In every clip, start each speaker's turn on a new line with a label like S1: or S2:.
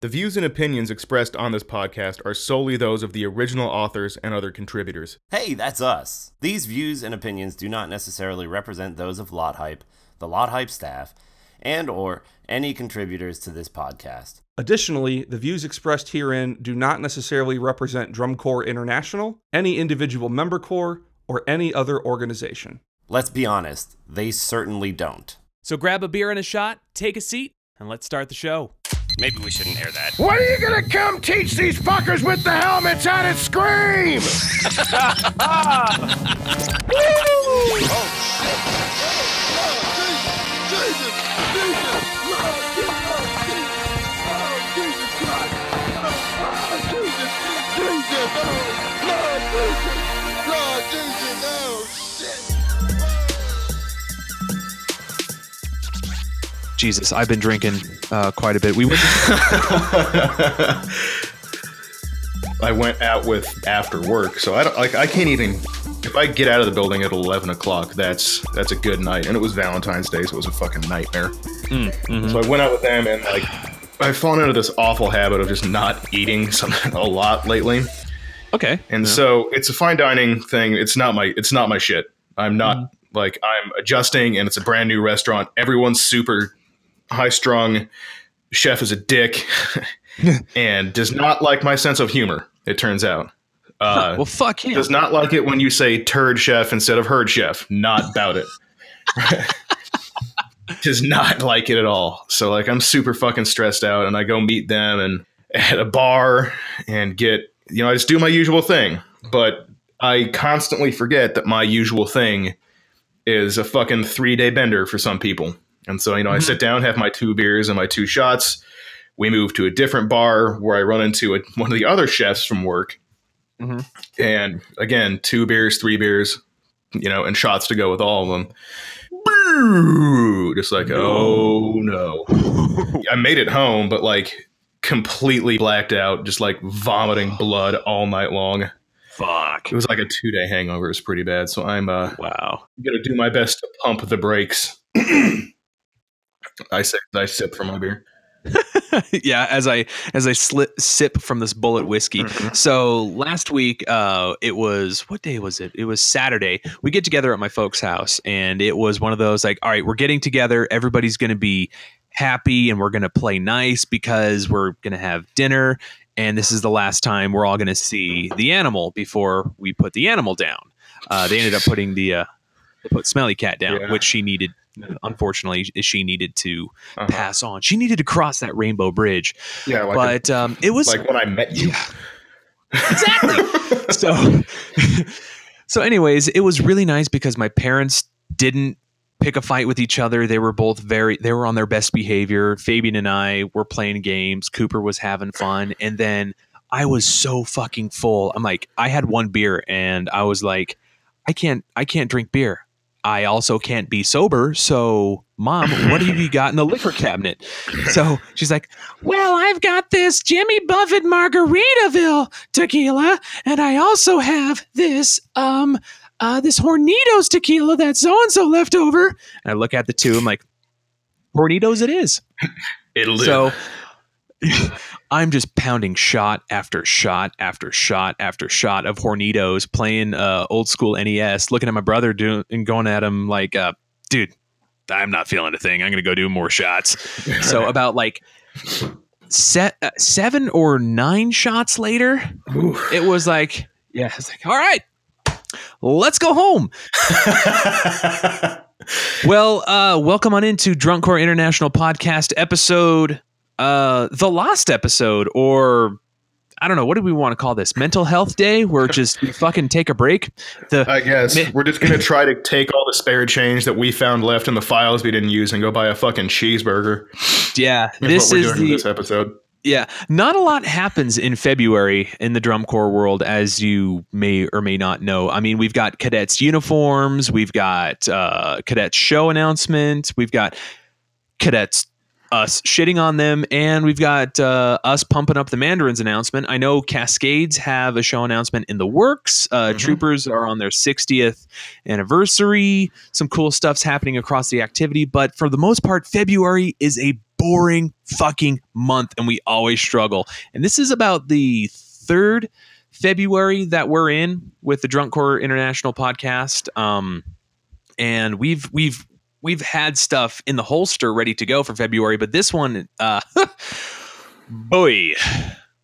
S1: The views and opinions expressed on this podcast are solely those of the original authors and other contributors.
S2: Hey, that's us. These views and opinions do not necessarily represent those of Lot Hype, the Lot Hype staff, and or any contributors to this podcast.
S3: Additionally, the views expressed herein do not necessarily represent Drum Corps International, any individual member corps, or any other organization.
S2: Let's be honest, they certainly don't.
S4: So grab a beer and a shot, take a seat, and let's start the show.
S2: Maybe we shouldn't air that.
S5: What are you gonna come teach these fuckers with the helmets how to scream?
S6: Jesus, I've been drinking uh, quite a bit. We went to,
S1: I went out with after work, so I don't like I can't even if I get out of the building at eleven o'clock, that's that's a good night. And it was Valentine's Day, so it was a fucking nightmare. Mm-hmm. So I went out with them and like I've fallen into this awful habit of just not eating something a lot lately.
S6: okay.
S1: And so it's a fine dining thing. It's not my it's not my shit. I'm not like I'm adjusting and it's a brand new restaurant. Everyone's super high strung. Chef is a dick and does not like my sense of humor, it turns out. Uh,
S6: Well, fuck him.
S1: does not like it when you say turd chef instead of herd chef. Not about it. does not like it at all. So like I'm super fucking stressed out and I go meet them and at a bar and get you know, I just do my usual thing, but I constantly forget that my usual thing is a fucking three day bender for some people. And so, you know, I sit down, have my two beers and my two shots. We move to a different bar where I run into a, one of the other chefs from work.
S6: Mhm.
S1: And again, two beers, three beers, you know, and shots to go with all of them. Boo! Just like, oh no. I made it home, but like completely blacked out, just like vomiting blood all night long.
S6: Fuck.
S1: It was like a two day hangover. It was pretty bad. So I'm uh,
S6: Wow.
S1: gonna do my best to pump the brakes. I sip, I sip from my beer.
S6: yeah. As I as I sli sip from this bullet whiskey. So last week, uh, it was what day was it? It was Saturday. We get together at my folks' house, and it was one of those like, all right, we're getting together. Everybody's going to be happy, and we're going to play nice because we're going to have dinner, and this is the last time we're all going to see the animal before we put the animal down. Uh, they ended up putting the uh, they put Smelly Cat down,
S1: Yeah.
S6: which she needed. Unfortunately, she needed to
S1: Uh-huh.
S6: pass on. She needed to cross that rainbow bridge
S1: Yeah, like,
S6: but um, it was
S1: like when I met you.
S6: exactly so. so, anyways, it was really nice because my parents didn't pick a fight with each other. They were both very they were on their best behavior. Fabian and I were playing games. Cooper was having fun, and then I was so fucking full. I'm like, I had one beer, and I was like, I can't, I can't drink beer. I also can't be sober. So, mom, what have you got in the liquor cabinet? So she's like, Well, I've got this Jimmy Buffett Margaritaville tequila, and I also have this um uh this Hornitos tequila that so and so left over. And I look at the two, I'm like, Hornitos it is.
S1: It'll do.
S6: So I'm just pounding shot after shot after shot after shot of Hornitos, playing uh, old school NES, looking at my brother doing and going at him like, uh, dude, I'm not feeling a thing. I'm gonna go do more shots. so about like set uh, seven or nine shots later, it was like, yeah, it's like, all right, let's go home. Well, uh, welcome on into Drunk Core International podcast episode, uh, the last episode, or I don't know what do we want to call this? Mental Health Day, where just we fucking take a break. The
S1: I guess
S6: Mi-
S1: we're just gonna try to take all the spare change that we found left in the files we didn't use and go buy a fucking cheeseburger.
S6: yeah,
S1: That's
S6: this
S1: what we're
S6: is
S1: doing in
S6: the
S1: this episode.
S6: Yeah, not a lot happens in February in the drum corps world, as you may or may not know. I mean, we've got cadets' uniforms, we've got uh, cadets' show announcement, we've got cadets us shitting on them, and we've got uh, us pumping up the Mandarin's announcement. I know Cascades have a show announcement in the works. Uh, Troopers are on their 60th anniversary. Some cool stuff's happening across the activity, but for the most part, February is a boring fucking month and we always struggle. And this is about the third February that we're in with the Drunk Core International podcast. Um, and we've we've we've had stuff in the holster ready to go for February, but this one, uh, boy,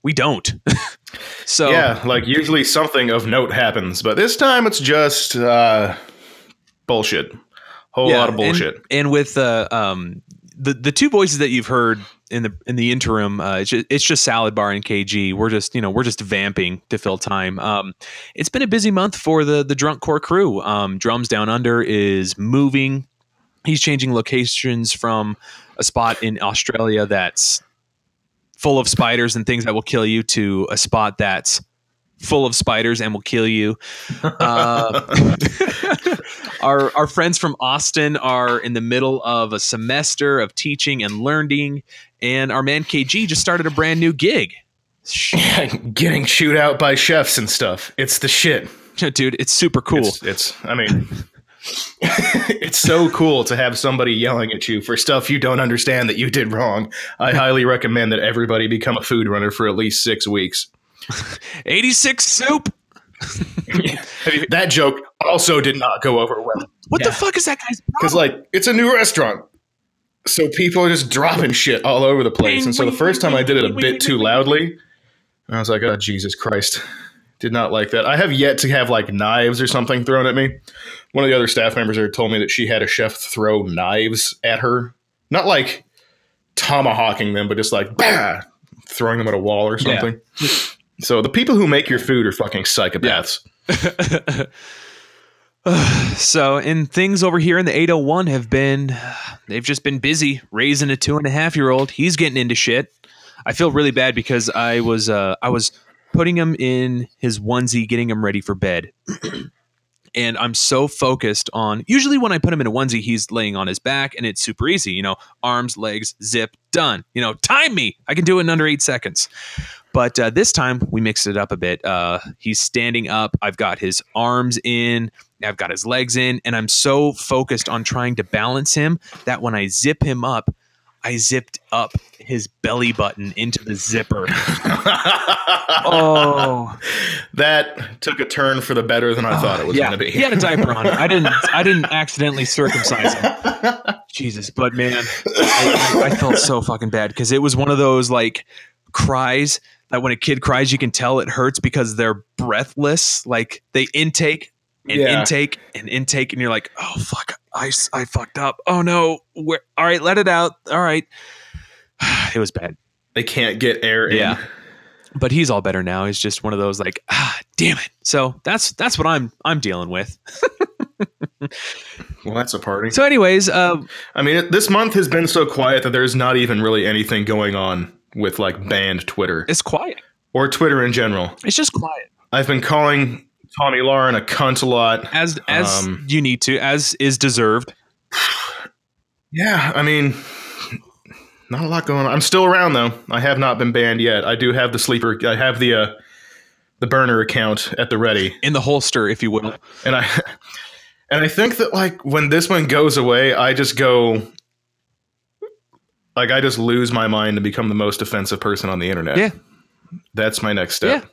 S6: we don't. so
S1: yeah, like usually something of note happens, but this time it's just uh, bullshit. Whole
S6: Yeah,
S1: lot of
S6: and-
S1: bullshit.
S6: And, with uh, um, the the two voices that you've heard in the in the interim, uh, it's, just, it's just Salad Bar and KG. We're just you know we're just vamping to fill time. Um, it's been a busy month for the the Drunk Core crew. Um, Drums Down Under is moving. He's changing locations from a spot in Australia that's full of spiders and things that will kill you to a spot that's full of spiders and will kill you. Uh, our our friends from Austin are in the middle of a semester of teaching and learning, and our man KG just started a brand new gig. Sh-
S1: Getting chewed out by chefs and stuff. It's the shit.
S6: Dude, it's super cool.
S1: It's, it's I mean, it's so cool to have somebody yelling at you for stuff you don't understand that you did wrong. I highly recommend that everybody become a food runner for at least six weeks.
S6: 86 soup.
S1: That joke also did not go over well
S6: What the fuck is that guy's
S1: because, like, it's a new restaurant. So people are just dropping shit all over the place. And so the first time I did it a bit too loudly, I was like, oh, Jesus Christ. Did not like that. I have yet to have like knives or something thrown at me. One of the other staff members there told me that she had a chef throw knives at her. Not like tomahawking them, but just like bah, throwing them at a wall or
S6: Yeah.
S1: something. So the people who make your food are fucking psychopaths.
S6: So, and things over here in the 801 have been, they've just been busy raising a two and a half year old. He's getting into shit. I feel really bad because I was, uh, I was putting him in his onesie, getting him ready for bed. and I'm so focused on, usually when I put him in a onesie, he's laying on his back and it's super easy, you know, arms, legs, zip, done. You know, time me. I can do it in under eight seconds. But uh, this time we mixed it up a bit. Uh, he's standing up. I've got his arms in. I've got his legs in. And I'm so focused on trying to balance him that when I zip him up, I zipped up his belly button into the zipper. oh,
S1: That took a turn for the better than I thought it was
S6: Uh, yeah.
S1: going to be.
S6: He had a diaper on. I didn't. I didn't accidentally circumcise him. Jesus, but man, I, I, I felt so fucking bad because it was one of those like cries that when a kid cries, you can tell it hurts because they're breathless. Like they intake and
S1: Yeah.
S6: intake and intake, and you're like, oh fuck, I, s- I fucked up. Oh no, where? All right, let it out. All right, it was bad.
S1: They can't get air in.
S6: Yeah. But he's all better now. He's just one of those like, ah, damn it. So that's that's what I'm I'm dealing with.
S1: Well, that's a party.
S6: So, anyways, uh,
S1: I mean, it, this month has been so quiet that there's not even really anything going on with like banned Twitter
S6: it's quiet.
S1: or Twitter in general.
S6: It's just quiet.
S1: I've been calling Tommy Lauren a cunt a lot.
S6: As as
S1: Um,
S6: you need to, as is deserved.
S1: Yeah, I mean, not a lot going on. I'm still around though. I have not been banned yet. I do have the sleeper. I have the uh, the burner account at the ready.
S6: in the holster, if you will.
S1: and I and I think that like when this one goes away, I just go like I just lose my mind and become the most offensive person on the internet.
S6: Yeah.
S1: That's my next step.
S6: Yeah.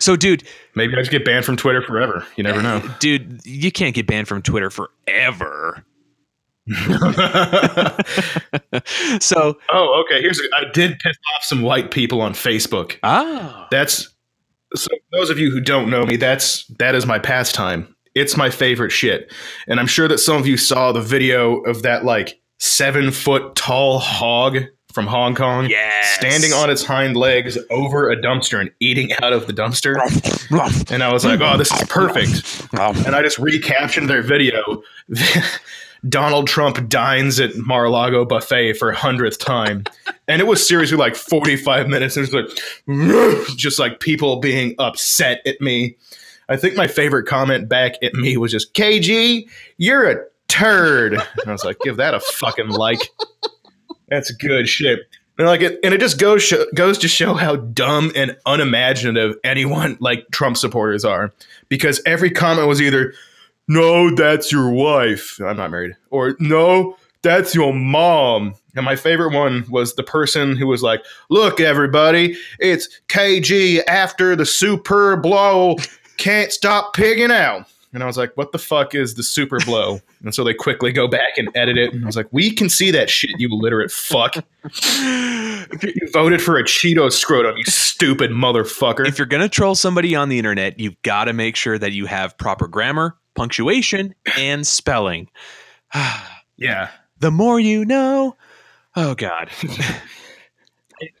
S6: So, dude,
S1: Maybe I just get banned from Twitter forever. You never know.
S6: dude, you can't get banned from Twitter forever. So,
S1: oh, okay. Here's a, I did piss off some white people on Facebook.
S6: ah,
S1: That's so those of you who don't know me, that's that is my pastime. It's my favorite shit. And I'm sure that some of you saw the video of that like seven foot tall hog from Hong Kong
S6: Yes.
S1: standing on its hind legs over a dumpster and eating out of the dumpster. And I was like, oh, this is perfect. Um, And I just recaptioned their video. Donald Trump dines at Mar-a-Lago buffet for hundredth time. And it was seriously like 45 minutes. It was like just like people being upset at me. I think my favorite comment back at me was just, KG, you're a turd. And I was like, give that a fucking like. That's good shit. And like it, and it just goes sho goes to show how dumb and unimaginative anyone like Trump supporters are, because every comment was either "No, that's your wife," I'm not married, or "No, that's your mom," And my favorite one was the person who was like, Look, everybody, it's KG after the super blow. Can't stop pigging out. And I was like, What the fuck is the super blow? And so they quickly go back and edit it. And I was like, We can see that shit, you illiterate fuck. you voted for a Cheeto scrotum, you stupid motherfucker.
S6: If you're going to troll somebody on the internet, you've got to make sure that you have proper grammar, punctuation, and spelling.
S1: yeah.
S6: The more you know. Oh, God.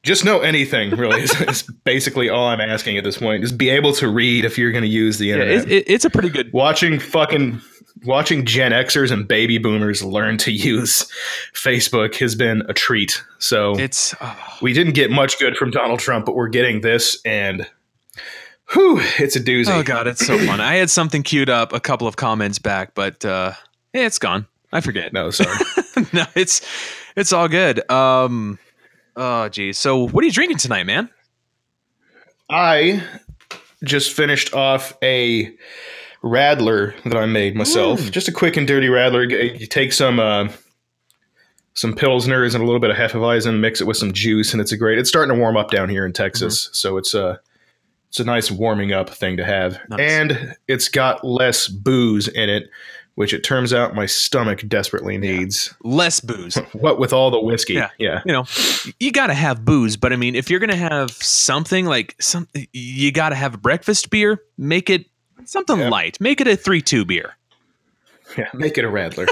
S1: Just know anything, really. is, is basically all I'm asking at this point. Just be able to read if you're going to use the
S6: Yeah,
S1: internet.
S6: it, it- it's a pretty good.
S1: watching fucking watching Gen Xers and baby boomers learn to use Facebook has been a treat. So
S6: It's. oh,
S1: we didn't get much good from Donald Trump, but we're getting this and whew, it's a doozy.
S6: oh, God. It's so fun. I had something queued up a couple of comments back, but uh, eh, it's gone. I forget.
S1: No, sorry.
S6: no, it's it's all good. Um, oh geez. So what are you drinking tonight, man?
S1: I just finished off a radler that I made myself. Just a quick and dirty radler. G- You take some uh, some pilsners and a little bit of hefeweizen, mix it with some juice, and it's a great. It's starting to warm up down here in Texas, so it's a it's a nice warming up thing to have.
S6: Nice.
S1: And it's got less booze in it, which it turns out my stomach desperately needs.
S6: Less booze.
S1: What with all the whiskey?
S6: Yeah.
S1: yeah.
S6: you know, you gotta have booze, but I mean, if you're gonna have something like some, you gotta have a breakfast beer. Make it something
S1: Yeah.
S6: light. Make it a three-two beer.
S1: yeah. Make it a radler.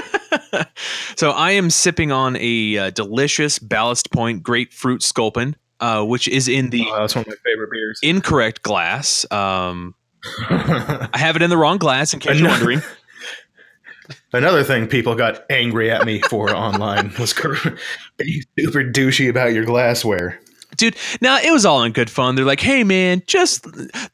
S6: So I am sipping on a uh, delicious Ballast Point grapefruit sculpin, uh, which is in the
S1: Oh, that's one of my favorite beers.
S6: incorrect glass. Um, I have it in the wrong glass. In case you're
S1: Another-
S6: wondering.
S1: Another thing people got angry at me for online was cor- being super douchey about your glassware.
S6: dude now it was all in good fun they're like hey man just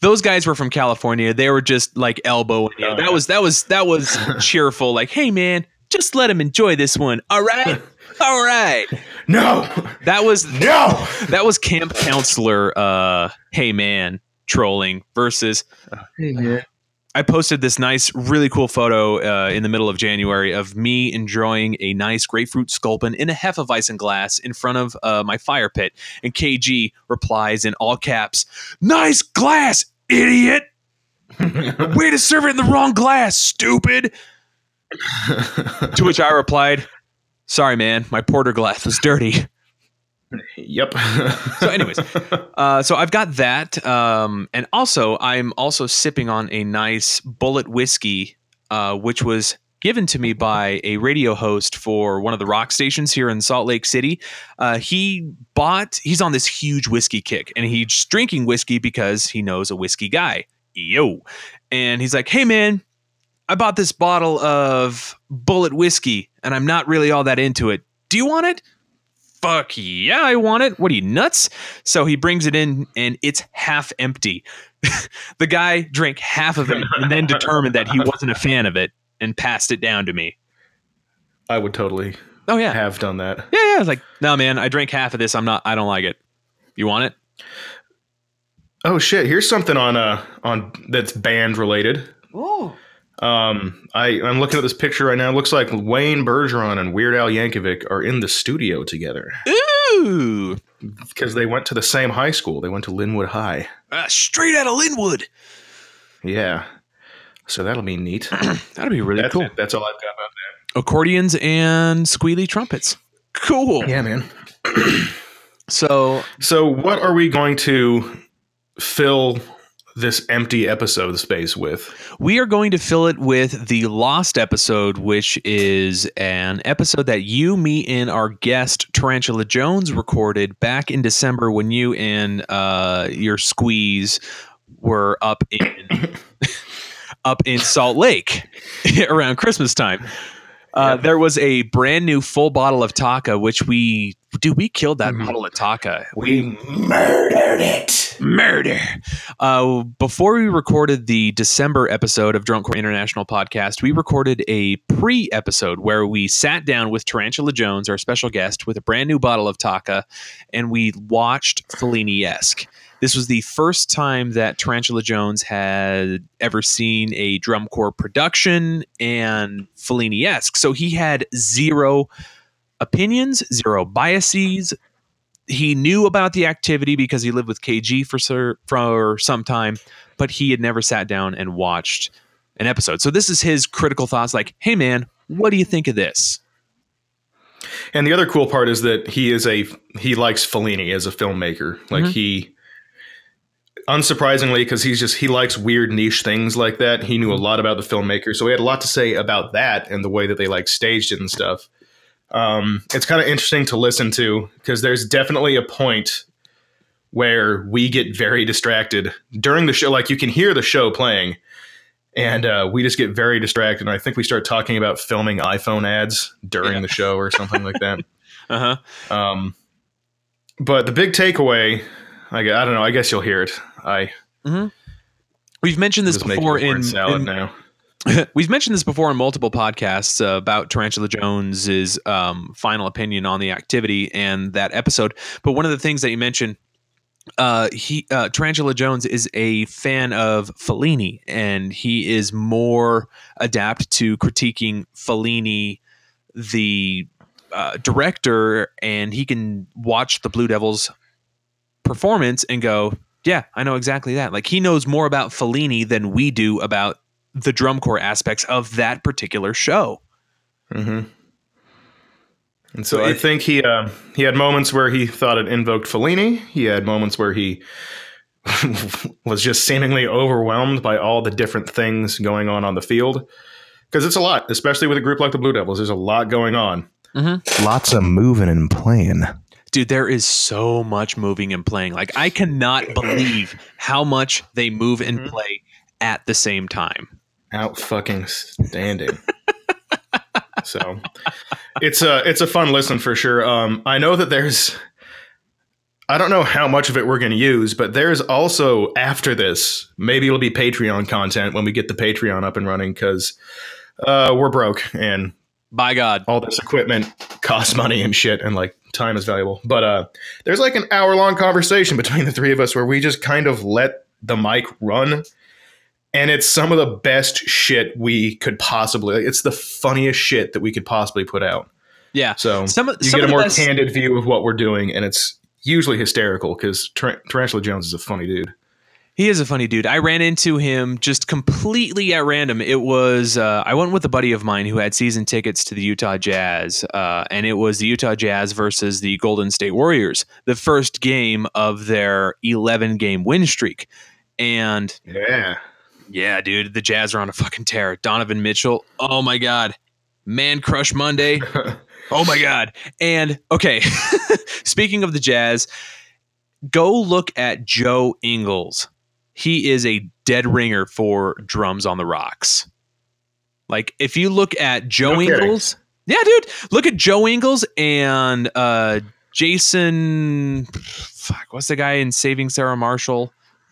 S6: those guys were from california they were just like elbowing you.
S1: Oh,
S6: that
S1: yeah.
S6: was that was that was cheerful like hey man just let him enjoy this one all right all right
S1: No,
S6: that was
S1: no.
S6: that was camp counselor uh hey man trolling versus I posted this nice, really cool photo uh, in the middle of January of me enjoying a nice grapefruit sculpin in a Hefeweizen glass in front of uh, my fire pit. And KG replies in all caps, Nice glass, idiot! Way to serve it in the wrong glass, stupid! to which I replied, Sorry, man, my porter glass was dirty.
S1: Yep.
S6: So, anyways, uh, so I've got that, um, and also I'm also sipping on a nice bullet whiskey, uh, which was given to me by a radio host for one of the rock stations here in Salt Lake City. Uh, he bought. He's on this huge whiskey kick, and he's drinking whiskey because he knows a whiskey guy. Yo, and he's like, "Hey, man." I bought this bottle of bullet whiskey and I'm not really all that into it. Do you want it? Fuck yeah, I want it. What are you nuts? So he brings it in and it's half empty. the guy drank half of it and then determined that he wasn't a fan of it and passed it down to me.
S1: I would totally
S6: Oh yeah.
S1: have done that.
S6: Yeah, yeah. I was like, no man, I drank half of this. I'm not I don't like it. You want it?
S1: Oh shit! Here's something on uh on that's band related. Ooh. Um, I I'm looking at this picture right now. It looks like Wayne Bergeron and Weird Al Yankovic are in the studio together
S6: Ooh.
S1: because they went to the same high school. They went to Linwood High.
S6: Uh, straight out of Linwood.
S1: Yeah. So that'll be neat.
S6: That'd be really
S1: That's
S6: cool.
S1: it. That's all I've got about that.
S6: Accordions and squealy trumpets. Cool.
S1: Yeah, man.
S6: So
S1: So, what are we going to fill this empty episode space with?
S6: We are going to fill it with the lost episode, which is an episode that you, me, and our guest Tarantula Jones recorded back in December when you and uh, your squeeze were up in up in Salt Lake around Christmas time. Uh, There was a brand new full bottle of Taka, which we dude we killed that bottle of Taka.
S1: We murdered it.
S6: Murder. Uh, before we recorded the December episode of Drunk Core International podcast, we recorded a pre episode where we sat down with Tarantula Jones, our special guest, with a brand new bottle of Taka, and we watched Fellini esque. This was the first time that Tarantula Jones had ever seen a drum corps production and Fellini esque. So he had zero opinions, zero biases. He knew about the activity because he lived with KG for sir, for some time, but he had never sat down and watched an episode. So this is his critical thoughts like, "Hey man, what do you think of this?"
S1: And the other cool part is that he is a he likes Fellini as a filmmaker. Like he unsurprisingly because he's just he likes weird niche things like that. He knew a lot about the filmmaker, so he had a lot to say about that and the way that they like staged it and stuff. Um, it's kind of interesting to listen to because there's definitely a point where we get very distracted during the show. Like you can hear the show playing, and uh, we just get very distracted. And I think we start talking about filming iPhone ads during the show or something like that.
S6: Uh-huh.
S1: Um, but the big takeaway, I, gu- I don't know. I guess you'll hear it. I
S6: We've mentioned this
S1: just making
S6: before
S1: word
S6: in,
S1: salad
S6: in-
S1: now.
S6: we've mentioned this before in multiple podcasts uh, about Tarantula Jones's um, final opinion on the activity and that episode. But one of the things that you mentioned, uh, he uh, Tarantula Jones is a fan of Fellini, and he is more adapt to critiquing Fellini, the uh, director, and he can watch the Blue Devils performance and go, "Yeah, I know exactly that." Like he knows more about Fellini than we do about the drum corps aspects of that particular show.
S1: Mm-hmm. And so I think he uh, he had moments where he thought it invoked Fellini. He had moments where he was just seemingly overwhelmed by all the different things going on on the field because it's a lot, especially with a group like the Blue Devils. There's a lot going on.
S5: Lots of moving and playing.
S6: Dude, there is so much moving and playing. Like I cannot believe how much they move and play at the same time.
S1: Out fucking standing. so it's a it's a fun listen for sure. Um, I know that there's I don't know how much of it we're going to use, but there's also after this, maybe it'll be Patreon content when we get the Patreon up and running because uh, we're broke and
S6: By God.
S1: all this equipment costs money and shit and like time is valuable. But uh, there's like an hour long conversation between the three of us where we just kind of let the mic run. And it's some of the best shit we could possibly. It's the funniest shit that we could possibly put out.
S6: Yeah.
S1: So
S6: Some of-
S1: you
S6: some
S1: get a
S6: of the
S1: more
S6: best-
S1: candid view of what we're doing, and it's usually hysterical because Tar- Tarantula Jones is a funny dude.
S6: He is a funny dude. I ran into him just completely at random. It was uh, I went with a buddy of mine who had season tickets to the Utah Jazz, uh, and it was the Utah Jazz versus the Golden State Warriors, the first game of their eleven game win streak. And
S1: Yeah,
S6: Yeah, dude, the Jazz are on a fucking tear. Donovan Mitchell, oh my god, man crush Monday, oh my god. And okay, speaking of the Jazz, go look at Joe Ingles. He is a dead ringer for drums on the rocks. Like if you look at Joe
S1: No kidding.
S6: Ingles, yeah, dude, look at Joe Ingles and uh, Jason. Fuck, what's the guy in Saving Sarah Marshall?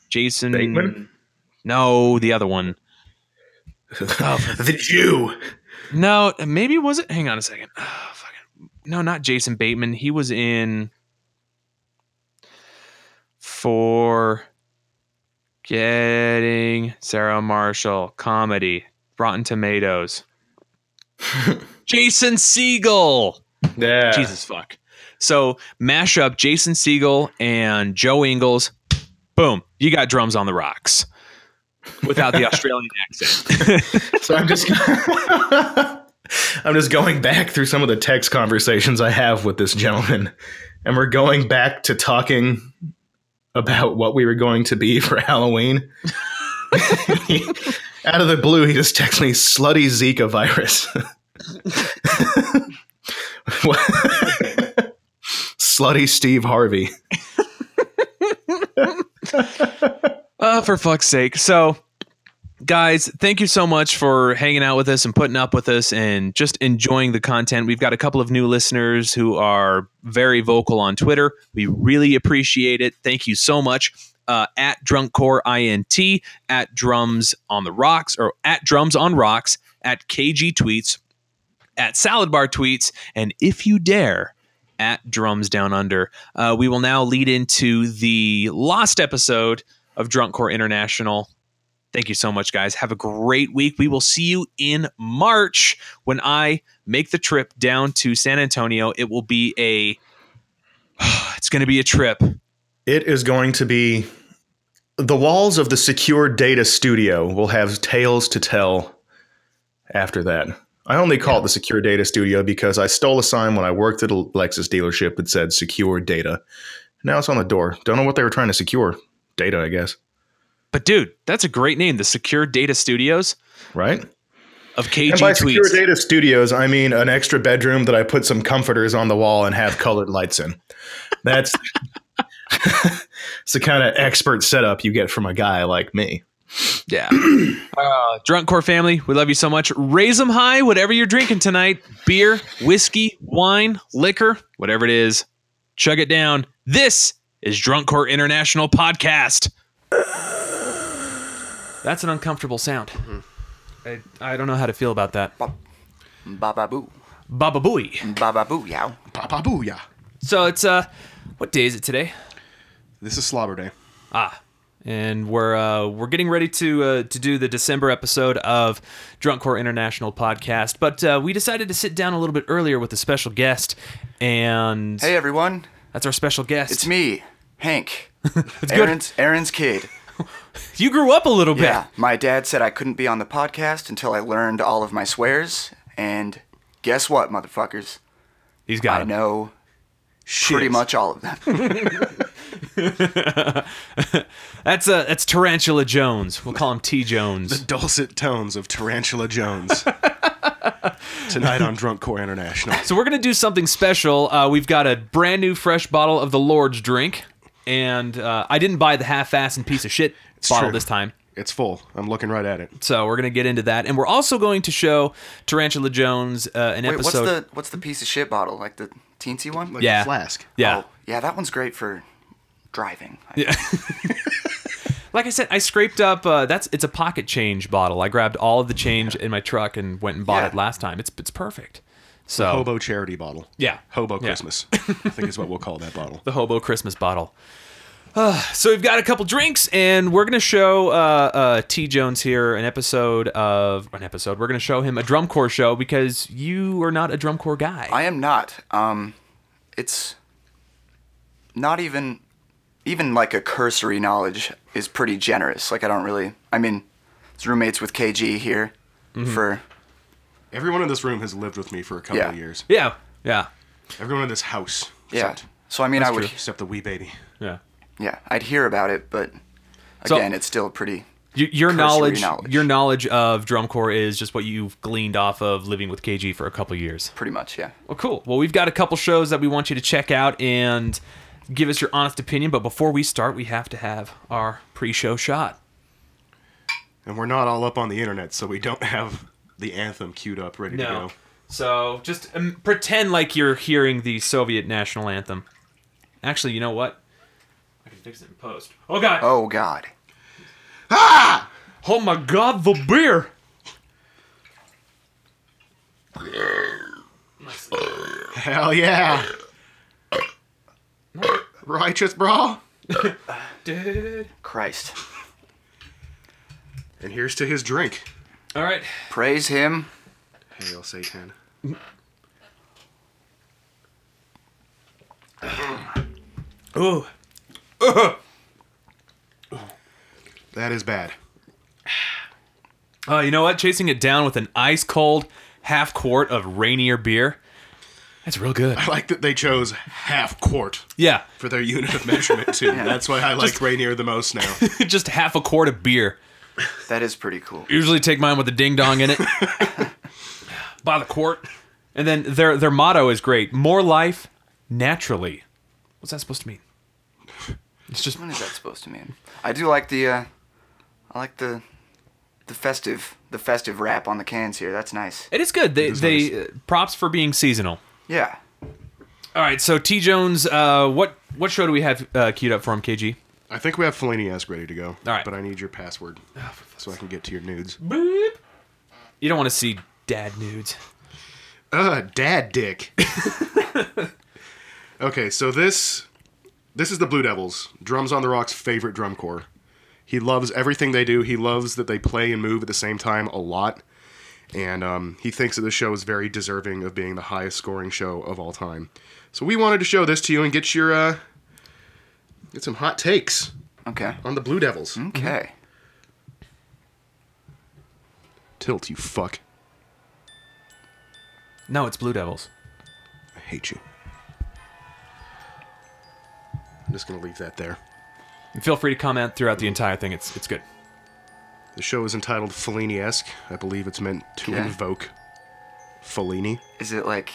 S6: Jason
S1: Bateman?
S6: No, the other one. Oh.
S1: the Jew.
S6: No, maybe was it? Hang on a second. Ah, fucking, no, not Jason Bateman. He was in for getting Sarah Marshall comedy, Rotten Tomatoes. Jason Siegel.
S1: Yeah,
S6: Jesus fuck. So mash up Jason Siegel and Joe Ingles. Boom, you got drums on the rocks without the Australian accent.
S1: So I'm just I'm just going back through some of the text conversations I have with this gentleman, and we're going back to talking about what we were going to be for Halloween. Out of the blue, he just texts me "slutty Zika virus." What? Slutty Steve Harvey.
S6: Uh, for fuck's sake. So, guys, thank you so much for hanging out with us and putting up with us and just enjoying the content. We've got a couple of new listeners who are very vocal on Twitter. We really appreciate it. Thank you so much. Uh, at Drunkcore INT, at Drums on the Rocks, or at Drums on Rocks, at KG Tweets, at Salad Bar Tweets, and if you dare, at Drums Down Under. Uh, we will now lead into the lost episode of Drunk Core International
S7: Thank you so much, guys. Have a great week. We will see you in March when I make the trip down to San Antonio. It will be a it's going to be a trip.
S1: It is going to be the walls of the secure data studio will have tales to tell after that. I only call it the secure data studio because I stole a sign when I worked at a Lexus dealership that said secure data. Now it's on the door. Don't know what they were trying to secure. Data, I guess.
S7: But dude, that's a great name, the Secure Data Studios
S1: Right?
S7: of KG
S1: And by secure
S7: Tweets.
S1: data studios, I mean an extra bedroom that I put some comforters on the wall and have colored lights in. That's it's the kind of expert setup you get from a guy like me.
S7: Yeah. uh, Drunk Core family, we love you so much. Raise them high, whatever you're drinking tonight beer, whiskey, wine, liquor, whatever it is. Chug it down. This is Drunk Core International Podcast.
S6: That's an uncomfortable sound. I, I don't know how to feel about that.
S8: Baba boo.
S6: Baba Booey.
S8: Baba boo, yow.
S9: Papa Booyah.
S6: So it's, uh, what day is it today?
S9: This is Slobber Day.
S6: and we're uh, we're getting ready to uh, to do the December episode of Drunk Core International podcast. But uh, we decided to sit down a little bit earlier with a special guest, and
S8: Hey everyone,
S6: that's our special guest.
S8: it's me, Hank. Aaron's Aaron's kid.
S6: You grew up a little bit.
S8: Yeah, my dad said I couldn't be on the podcast until I learned all of my swears, and guess what, motherfuckers?
S6: He's got
S8: I
S6: it.
S8: know pretty much all of them.
S6: That's uh, that's Tarantula Jones. We'll call him T Jones.
S9: Dulcet tones of Tarantula Jones. Tonight on Drunk Core International.
S6: So we're gonna do something special. Uh, we've got a brand new fresh bottle of the Lord's drink, and uh, I didn't buy the half-ass and piece of shit bottle
S9: true.
S6: this time.
S9: It's full. I'm looking right at it.
S6: So we're gonna get into that, and we're also going to show Tarantula Jones uh, an
S8: Wait, what's
S6: episode.
S8: the what's the piece of shit bottle? Like the teensy one?
S9: Like
S6: Yeah.
S9: a flask.
S6: yeah,
S8: Oh, yeah, that one's great for driving.
S6: like I said, I scraped up. Uh, that's it's a pocket change bottle. I grabbed all of the change in my truck and went and bought
S8: Yeah.
S6: it last time. It's it's perfect. So
S9: Hobo charity bottle.
S6: yeah,
S9: Hobo
S6: Yeah.
S9: Christmas. I think is what we'll call that bottle.
S6: the hobo Christmas bottle. Uh, so we've got a couple drinks, and we're gonna show uh, uh, T Jones here an episode of an episode. We're gonna show him a drum corps show because you are not a drum corps guy.
S8: I am not. Um, it's not even even like a cursory knowledge is pretty generous. Like I don't really. I mean, it's roommates with KG here for
S9: Everyone in this room has lived with me for a couple
S8: Yeah.
S9: of years.
S6: yeah, yeah,
S9: Everyone in this house.
S8: yeah.
S9: Except,
S8: So I mean, I would
S9: except the wee baby.
S6: yeah.
S8: yeah, I'd hear about it, but
S6: So-
S8: again, it's still pretty.
S6: Y- Your
S8: Cursory
S6: knowledge,
S8: knowledge.
S6: your knowledge of drum corps is just what you've gleaned off of living with KG for a couple years.
S8: Pretty much, yeah.
S6: Well, Oh, cool. Well, we've got a couple shows that we want you to check out and give us your honest opinion. But before we start, we have to have our pre-show shot.
S9: And we're not all up on the internet, so we don't have the anthem queued up ready to go.
S6: So just um, pretend like you're hearing the Soviet national anthem. Actually, you know what? I can fix it in post. Oh God! Oh,
S8: Oh God.
S6: my God! The beer.
S9: Hell yeah. Righteous bra.
S8: Christ.
S9: And here's to his drink.
S6: All right.
S8: Praise him.
S9: Hail Satan.
S6: Ooh.
S9: That is bad.
S6: Oh, you know what? Chasing it down with an ice cold half quart of Rainier beer. That's real good.
S9: I like that they chose half quart
S6: Yeah,
S9: for their unit of measurement too. That's why I like Rainier the most now.
S6: just half a quart of beer.
S8: That is pretty cool.
S6: usually take mine with a ding dong in it by the quart and then their their motto is great more life naturally what's that supposed to mean it's just
S8: What is that supposed to mean? I do like the. Uh, I like the. The festive, the festive wrap on the cans here. That's nice.
S6: it is good they, they uh, props for being seasonal
S8: Yeah.
S6: all right so t jones uh, what what show do we have uh, queued up for him kg
S9: I think we have Fellini esque ready to go.
S6: All right. Oh,
S9: But I need your password so I can get to your nudes.
S6: you don't want to see dad nudes
S9: Uh, dad dick. okay, so this this is the Blue Devils, Drums on the Rock's favorite drum corps. He loves everything they do. He loves that they play and move at the same time a lot. And um, he thinks that the show is very deserving of being the highest scoring show of all time. So we wanted to show this to you and get your uh, get some hot takes
S8: Okay.
S9: on the Blue Devils.
S8: Okay.
S9: Tilt, you fuck.
S6: No, it's Blue Devils.
S9: I hate you. I'm just gonna leave that there.
S6: Feel free to comment throughout the entire thing. It's it's good.
S9: The show is entitled Fellini-esque. I believe it's meant to
S8: Okay.
S9: invoke Fellini.
S8: Is it like?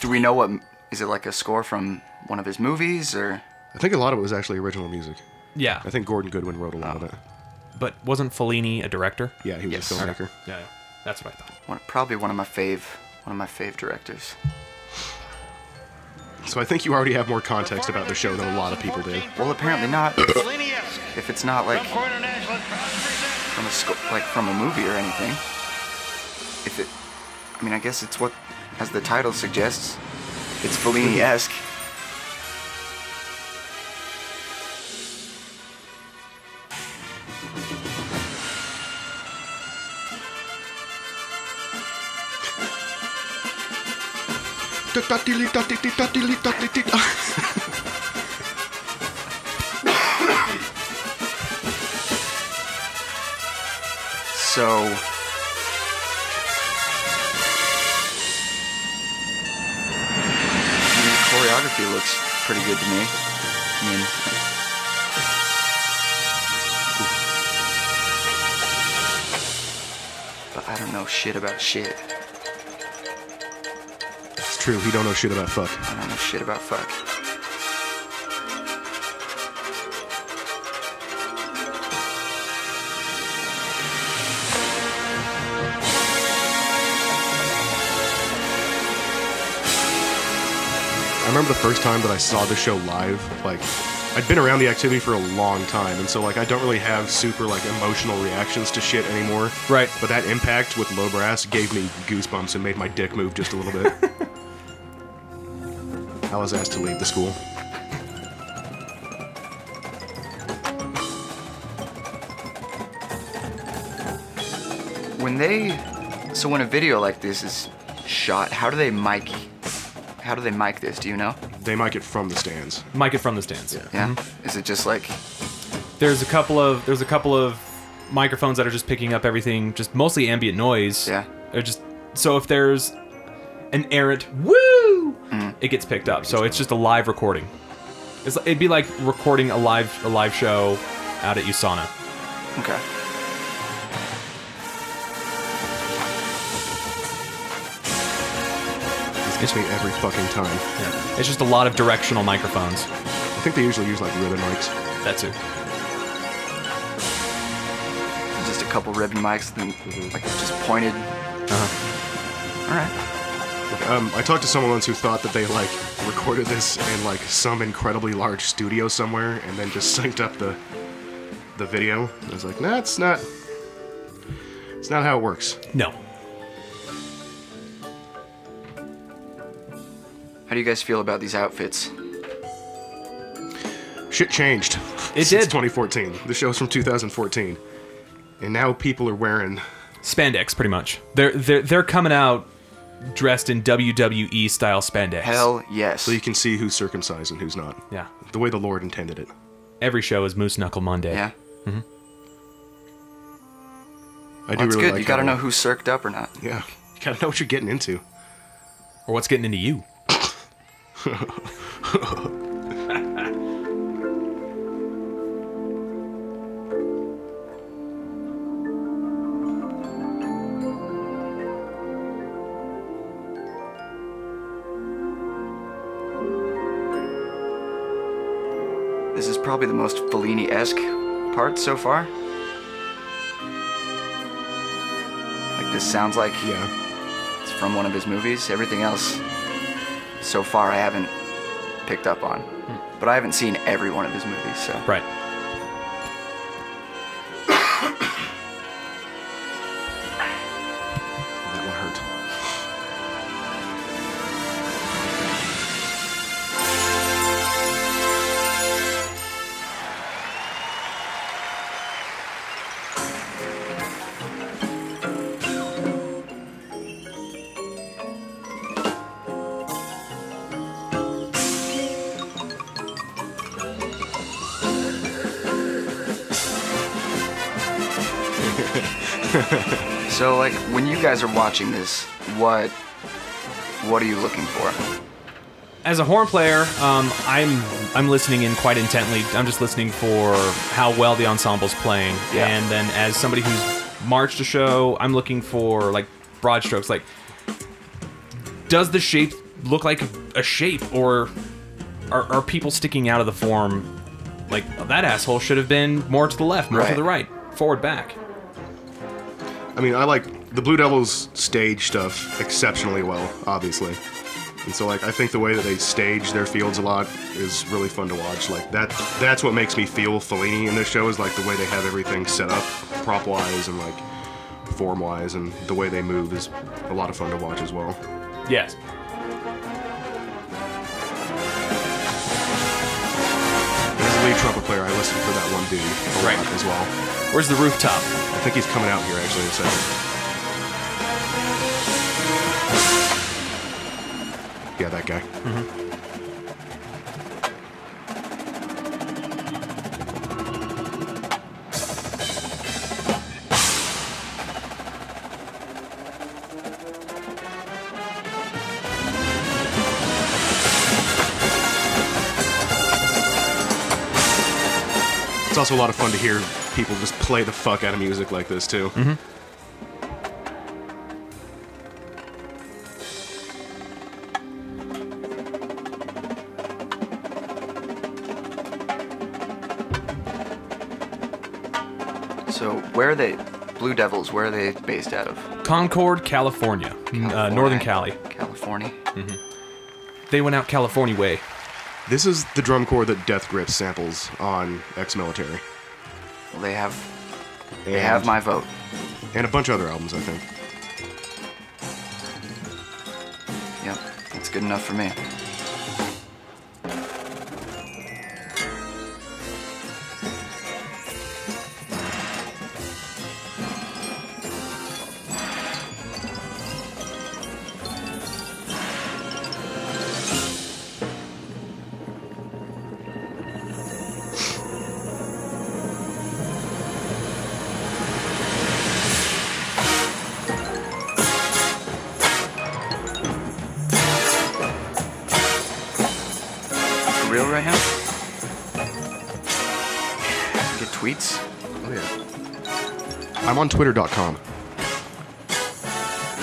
S8: Do we know what? Is it like a score from one of his movies or?
S9: I think a lot of it was actually original music.
S6: Yeah,
S9: I think Gordon Goodwin wrote a lot of it.
S6: but wasn't Fellini a director?
S9: Yeah, he was
S8: Yes.
S9: a filmmaker.
S6: Yeah, that's what I thought.
S8: One, probably one of my fave, one of my fave directors.
S9: So I think you already have more context about the show than a lot of people do.
S8: Well, apparently not. if it's not like
S10: Rumco International presents
S8: from a sco- like from a movie or anything. If it, I mean, I guess it's what, as the title suggests, it's Fellini-esque. So, I mean, the choreography looks pretty good to me. I mean, but I don't know shit about shit.
S9: It's true, he don't know shit about fuck.
S8: I don't know shit about fuck.
S9: I remember the first time that I saw the show live, like I'd been around the activity for a long time, and so like I don't really have super like emotional reactions to shit anymore.
S6: Right.
S9: But that impact with low brass gave me goosebumps and made my dick move just a little bit. I was asked to leave the school.
S8: When they, so when a video like this is shot, how do they mic? How do they mic this? Do you know?
S9: They might get from the stands.
S6: Mike it from the stands.
S8: Yeah. Is it just like
S6: There's a couple of there's a couple of microphones that are just picking up everything, just mostly ambient noise.
S8: Yeah.
S6: Or just so if there's an errant woo,
S8: Mm.
S6: it gets picked up. So it's just a live recording. It's, it'd be like recording a live a live show out at USANA.
S8: okay?
S9: This gets me every fucking time.
S6: Yeah. It's just a lot of directional microphones.
S9: I think they usually use like ribbon mics.
S6: That's it.
S8: Just a couple ribbon mics, then
S9: Mm-hmm.
S8: like just pointed.
S9: Uh-huh.
S8: All right.
S9: Um, I talked to someone once who thought that they like recorded this in like some incredibly large studio somewhere and then just synced up the the video. I was like, nah, it's not. It's not how it works.
S6: No.
S8: How do you guys feel about these outfits?
S9: Shit changed.
S6: It
S9: since
S6: did.
S9: 2014. The show's from 2014, and now people are wearing.
S6: Spandex pretty much. They're they're they're coming out dressed in WWE style spandex.
S8: Hell yes.
S9: So you can see who's circumcised and who's not.
S6: Yeah.
S9: The way the Lord intended it.
S6: Every show is Moose Knuckle Monday.
S8: yeah.
S9: I do
S8: That's
S9: really
S8: good.
S9: like
S8: you gotta
S9: how-
S8: know who's circled up or not.
S9: Yeah. You gotta know what you're getting into.
S6: Or what's getting into you?
S8: This is probably the most Fellini-esque part so far. Like this sounds like
S9: Yeah.
S8: it's from one of his movies. Everything else, so far, I haven't picked up on.
S9: Hmm.
S8: But I haven't seen every one of his movies, so.
S6: Right.
S9: That one hurt.
S8: So, like, when you guys are watching this, what what are you looking for?
S6: as a horn player, um, I'm I'm listening in quite intently. I'm just listening for how well the ensemble's playing,
S8: Yeah.
S6: and then as somebody who's marched a show, I'm looking for like broad strokes. Like, does the shape look like a shape, or are, are people sticking out of the form? Like that asshole should have been more to the left, more to
S8: Right.
S6: the right, forward, back.
S9: I mean, I like the Blue Devils stage stuff exceptionally well, obviously. And so like I think the way that they stage their fields a lot is really fun to watch. Like that that's what makes me feel Fellini in this show is like the way they have everything set up prop wise and like form wise and the way they move is a lot of fun to watch as well.
S6: Yes.
S9: As a lead trumpet player, I listen for that one dude a
S6: Right.
S9: lot as well.
S6: Where's the rooftop?
S9: I think he's coming out here actually in a second. Yeah, that guy. It's also a lot of fun to hear people just play the fuck out of music like this too.
S8: So, where are they? Blue Devils, where are they based out of?
S6: Concord, California, Uh, Northern Cali.
S8: California.
S6: They went out California way.
S9: This is the drum corps that Death Grip samples on Ex Military.
S8: Well, they have they have my vote.
S9: and a bunch of other albums, I think.
S8: Yep, that's good enough for me. For real right now? Get tweets?
S9: Oh yeah. I'm on Twitter.com.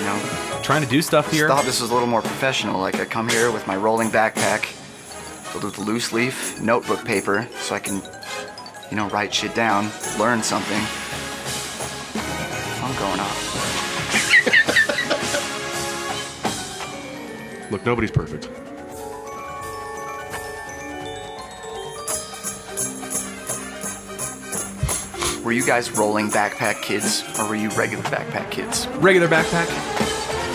S8: No.
S6: Trying to do stuff here.
S8: Thought this was a little more professional. Like I come here with my rolling backpack filled with loose leaf notebook paper, so I can, you know, write shit down, learn something. Fun going on.
S9: Look, nobody's perfect.
S8: Were you guys rolling backpack kids, or were you regular backpack kids?
S6: Regular backpack.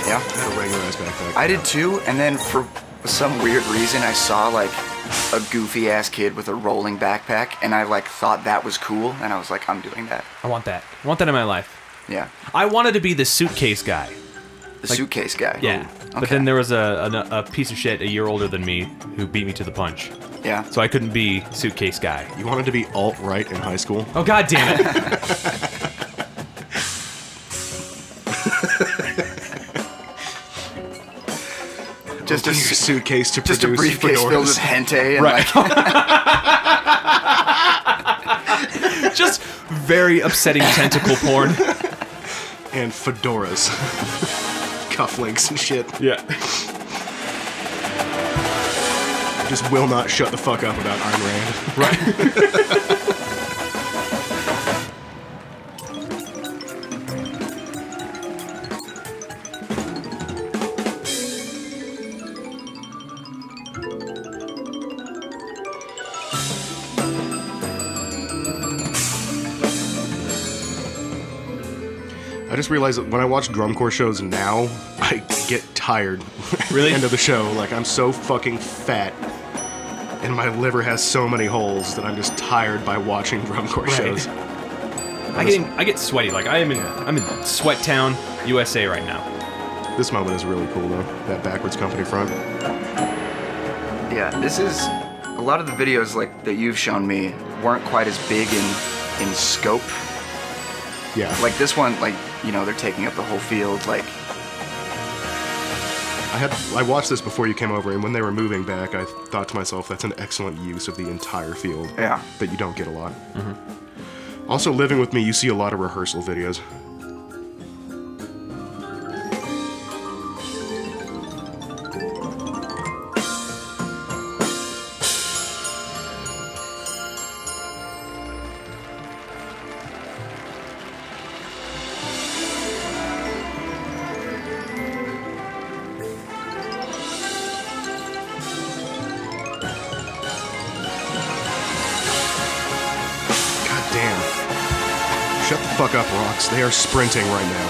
S8: Yeah.
S9: A regular ass backpack.
S8: I did too, and then for some weird reason, I saw like a goofy ass kid with a rolling backpack, and I like thought that was cool, and I was like, I'm doing that.
S6: I want that. I want that in my life.
S8: Yeah.
S6: I wanted to be the suitcase guy.
S8: The suitcase guy.
S6: Yeah. But
S8: Okay.
S6: then there was a, a, a piece of shit a year older than me who beat me to the punch.
S8: Yeah.
S6: So I couldn't be suitcase guy.
S9: You wanted to be alt right in high school?
S6: Oh, god damn it.
S8: Just a
S9: Your
S8: su-
S9: suitcase to
S8: just a
S9: produce
S8: briefcase
S9: fedoras.
S8: filled with hente and like
S6: Just very upsetting tentacle porn.
S9: and fedoras, cufflinks and shit.
S6: Yeah.
S9: Just will not shut the fuck up about Ayn Rand.
S6: Right.
S9: I just realized that when I watch drum corps shows now, I get tired.
S6: Really?
S9: End of the show, like I'm so fucking fat. And my liver has so many holes that I'm just tired by watching drum corps shows.
S6: I get I get sweaty. Like I am in I'm in Sweat Town, USA right now.
S9: This moment is really cool though. That backwards company front.
S8: yeah this is a lot of the videos like that you've shown me weren't quite as big in in scope
S9: Yeah.
S8: Like this one, like you know, they're taking up the whole field. Like
S9: I had I watched this before you came over, and when they were moving back, I thought to myself, that's an excellent use of the entire field.
S8: Yeah.
S9: That you don't get a lot. Also, living with me, you see a lot of rehearsal videos. God damn. Shut the fuck up, Rocks. They are sprinting right now.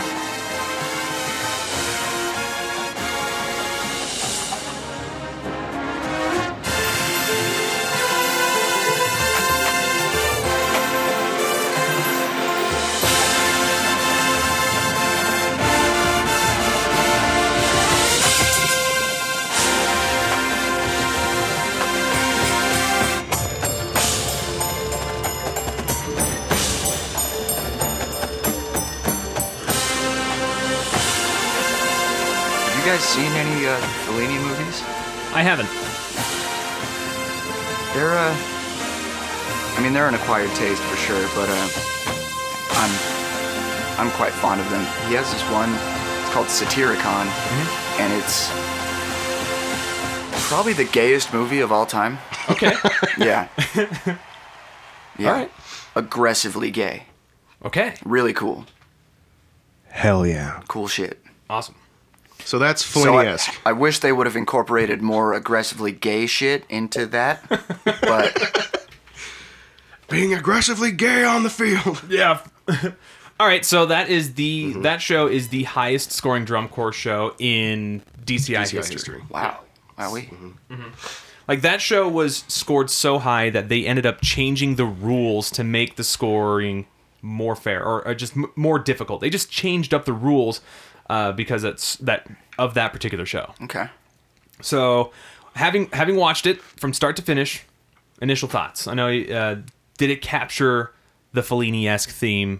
S8: Have you guys seen any uh, Fellini movies?
S6: I haven't.
S8: They're, uh, I mean, they're an acquired taste for sure, but uh, I'm, I'm quite fond of them. He has this one. It's called Satyricon, and it's probably the gayest movie of all time.
S6: Okay.
S8: Yeah. yeah.
S6: All right.
S8: Aggressively gay.
S6: Okay.
S8: Really cool.
S9: Hell yeah.
S8: Cool shit.
S6: Awesome.
S9: So that's
S8: So
S9: Fellini
S8: I,
S9: esque.
S8: I wish they would have incorporated more aggressively gay shit into that, but
S9: Being aggressively gay on the field.
S6: Yeah. Mm-hmm. All right, so that is the that show is the highest scoring drum corps show in DCI,
S9: Yeah,
S6: history.
S9: history.
S8: wow, wowie.
S6: Like that show was scored so high that they ended up changing the rules to make the scoring more fair or, or just m- more difficult. They just changed up the rules uh, because it's that of that particular show.
S8: Okay.
S6: So, having having watched it from start to finish, initial thoughts. I know uh, did it capture the Fellini esque theme?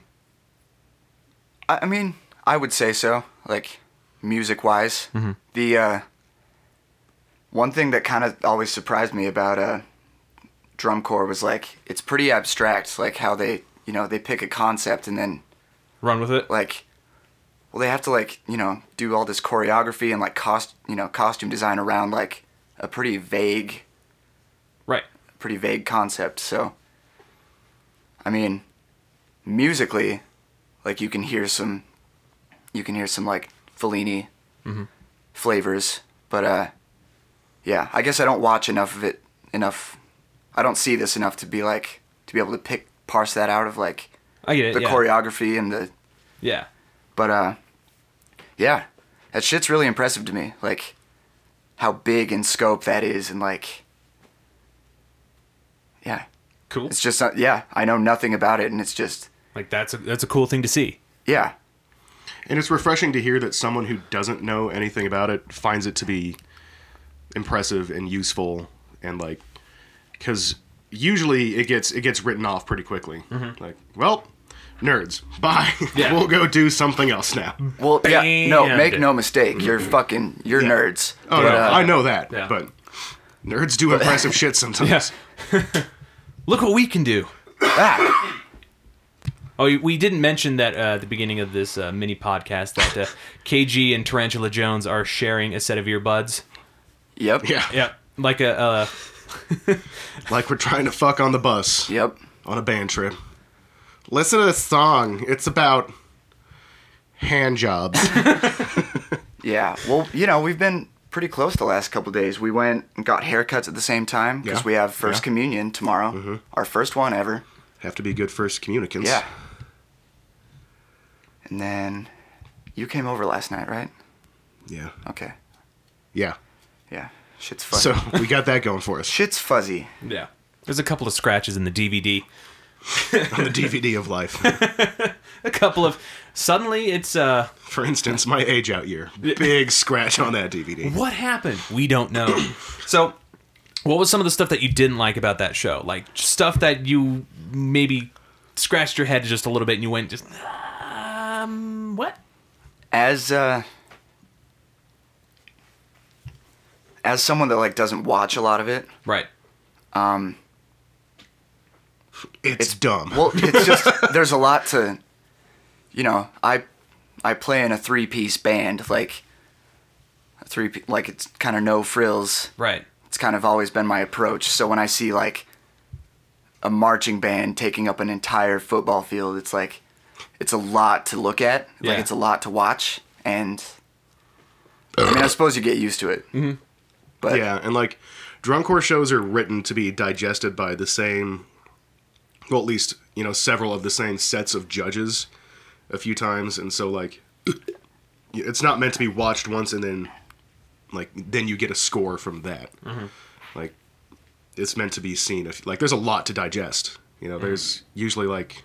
S8: I, I mean, I would say so. Like music wise, the uh, one thing that kind of always surprised me about uh, drum corps was like it's pretty abstract. Like how they, you know, they pick a concept and then
S6: Run with it.
S8: like well they have to like you know do all this choreography and like cost you know costume design around like a pretty vague
S6: Right.
S8: pretty vague concept so i mean musically like you can hear some you can hear some like fellini
S6: Mm-hmm.
S8: flavors but uh yeah i guess i don't watch enough of it enough i don't see this enough to be like to be able to pick parse that out of like
S6: I get it.
S8: the
S6: yeah.
S8: choreography and the
S6: Yeah.
S8: but uh yeah, that shit's really impressive to me. Like how big in scope that is and like yeah.
S6: Cool.
S8: It's just not, yeah, I know nothing about it and it's just
S6: Like that's a, that's a cool thing to see.
S8: yeah.
S9: And it's refreshing to hear that someone who doesn't know anything about it finds it to be impressive and useful and like cuz usually it gets it gets written off pretty quickly. Like, well, nerds, bye.
S6: Mm-hmm. Yeah. Mm-hmm.
S9: we'll go do something else now.
S8: Well, yeah, no,
S6: Banned.
S8: make no mistake.
S9: Mm-hmm.
S8: You're fucking you're nerds.
S9: Oh, no, I know that.
S6: yeah.
S9: But nerds do impressive shit sometimes.
S6: Look what we can do.
S8: Ah,
S6: Oh, we didn't mention that uh, at the beginning of this uh, mini podcast that uh, KG and Tarantula Jones are sharing a set of earbuds.
S8: yep.
S9: Yeah.
S6: Yeah. Like a uh,
S9: Like we're trying to fuck on the bus
S8: Yep.
S9: on a band trip. Listen to this song. It's about hand jobs.
S8: Yeah. Well, you know, we've been pretty close the last couple days. We went and got haircuts at the same time because
S9: Yeah,
S8: we have first
S9: yeah. Mm-hmm.
S8: communion tomorrow. Our first one ever.
S9: Have to be good first communicants.
S8: Yeah. And then you came over last night, right?
S9: Yeah.
S8: Okay.
S9: Yeah.
S8: Yeah. Shit's fuzzy.
S9: So we got that going for us
S8: Shit's fuzzy.
S6: yeah. There's a couple of scratches in the DVD.
S9: on the DVD of life.
S6: A couple of suddenly it's uh
S9: For instance, my age out year. Big scratch on that DVD.
S6: what happened? We don't know. so, what was some of the stuff that you didn't like about that show? Like stuff that you maybe scratched your head just a little bit and you went just um, what?
S8: as uh as someone that like doesn't watch a lot of it
S6: Right.
S8: um
S9: It's, dumb.
S8: well it's just there's a lot to you know i i play in a three piece band like a three pe- like it's kind of no frills
S6: Right.
S8: it's kind of always been my approach so when i see like a marching band taking up an entire football field it's like it's a lot to look at
S6: Yeah.
S8: like it's a lot to watch and i mean i suppose you get used to it mm-hmm. but
S9: yeah, and like drumcore shows are written to be digested by the same, well, at least you know several of the same sets of judges, a few times, and so like, it's not meant to be watched once and then, like then you get a score from that. Like, it's meant to be seen. If like, there's a lot to digest. You know, there's usually like.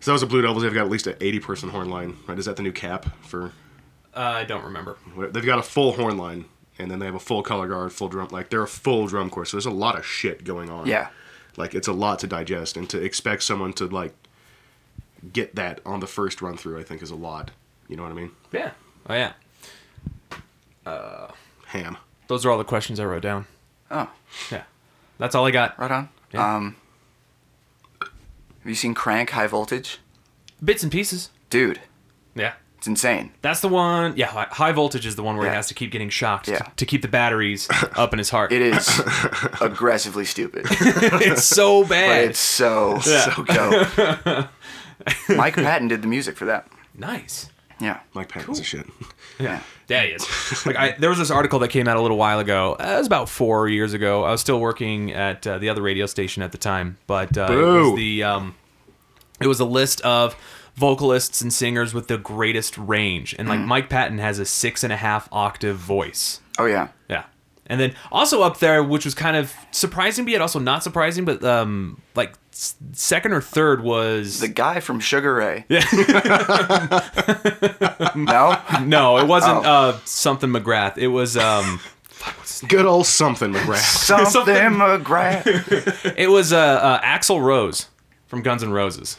S9: So that was the Blue Devils. They've got at least an 80 person horn line, right? Is that the new cap for
S6: Uh, I don't remember.
S9: where They've got a full horn line, and then they have a full color guard, full drum. Like they're a full drum corps, so there's a lot of shit going on.
S8: yeah
S9: like it's a lot to digest, and to expect someone to like get that on the first run through, I think is a lot. You know what I mean?
S6: Yeah. Oh yeah.
S8: Uh,
S9: Ham.
S6: Those are all the questions I wrote down.
S8: oh
S6: Yeah. That's all I got.
S8: right on
S6: Yeah.
S8: um have you seen crank high voltage
S6: Bits and pieces.
S8: dude
S6: Yeah.
S8: it's insane
S6: That's the one. Yeah, hi- high voltage is the one where he
S8: Yeah.
S6: has to keep getting shocked
S8: Yeah.
S6: to, to keep the batteries up in his heart.
S8: it is aggressively stupid
S6: it's so
S8: but
S6: bad.
S8: it's so so dope mike patton did the music for that
S6: nice.
S8: yeah
S9: Mike Patton's a shit.
S8: yeah
S6: Yeah, he is. like I, there was this article that came out a little while ago. Uh, it was about four years ago. I was still working at uh, the other radio station at the time, but uh, it was
S9: Boo.
S6: the um, it was a list of vocalists and singers with the greatest range, and like
S8: Mm.
S6: Mike Patton has a six and a half octave voice.
S8: oh yeah
S6: Yeah. And then also up there, which was kind of surprising, but yet also not surprising, but um, like s- second or third was
S8: The guy from Sugar Ray. Yeah. no?
S6: no, it wasn't
S8: Oh.
S6: uh, something McGrath. It was um,
S9: Good old something, McGrath.
S8: Something, McGrath.
S6: it was uh, uh, Axel Rose from Guns N' Roses,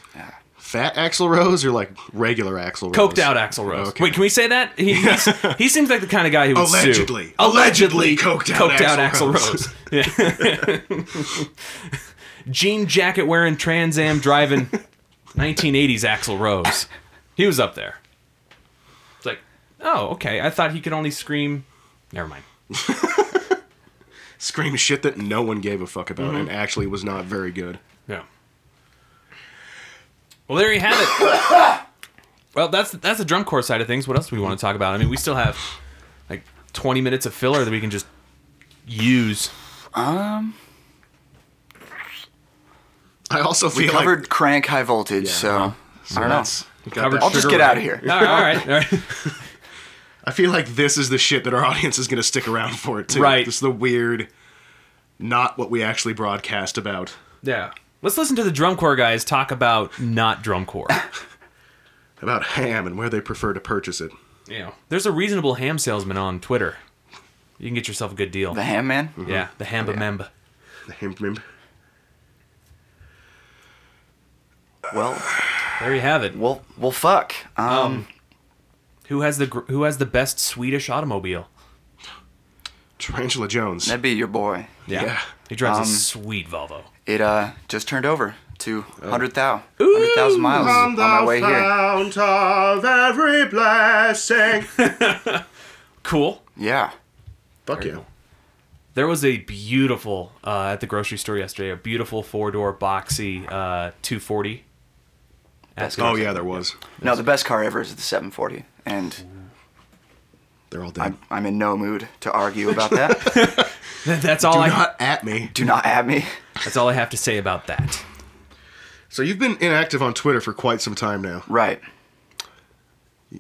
S9: Fat Axl Rose or like regular Axl Rose?
S6: coked out Axel Rose.
S9: Okay.
S6: Wait, can we say that? He he's, he seems like the kind of guy who would sue.
S9: Allegedly. Allegedly coked out Axl
S6: Axl Rose. Yeah. Jean jacket wearing Trans Am driving 1980s Axel Rose. He was up there. It's like, oh, okay. I thought he could only scream. Never mind.
S9: Scream shit that no one gave a fuck about and actually was not very good.
S6: Yeah. Well, there you have it. well, that's that's the drum corps side of things. What else do we want to talk about? I mean, we still have like 20 minutes of filler that we can just use.
S9: I also
S8: We
S9: feel
S8: covered
S9: like
S8: crank high voltage, so I don't know.
S9: that's- got
S6: Covered
S9: that
S8: I'll just
S9: sugar
S8: get
S9: right.
S8: out of here.
S6: All right, all right. All right.
S9: I feel like this is the shit that our audience is going to stick around for it too.
S6: Right.
S9: This is the weird, not what we actually broadcast about.
S6: Yeah. Let's listen to the drum corps guys talk about not drum corps.
S9: About ham and where they prefer to purchase it.
S6: you know, there's a reasonable ham salesman on Twitter. You can get yourself a good deal.
S8: The ham man?
S6: yeah, the hamba memba.
S9: The ham mem-
S8: Well,
S6: There you have it.
S8: well, well, fuck. Um,
S6: Who has the gr- who has the best Swedish automobile?
S9: Tarantula Jones.
S8: that'd be your boy.
S6: Yeah.
S9: Yeah.
S6: He drives
S8: Um,
S6: a sweet Volvo.
S8: It uh just turned over to 100 thou, 100,000 miles on my way here.
S9: fount of every blessing.
S6: Cool.
S8: Yeah.
S9: Fuck yeah.
S6: There was a beautiful uh, at the grocery store yesterday. A beautiful four door boxy uh, 240. At the-
S9: Oh yeah, there was.
S8: No, the best car ever is the 740, and
S9: They're all dead.
S8: I'm in no mood to argue about that.
S6: That's all I.
S9: Not at me.
S8: Do not at me.
S6: That's all I have to say about that.
S9: So you've been inactive on Twitter for quite some time now.
S8: Right.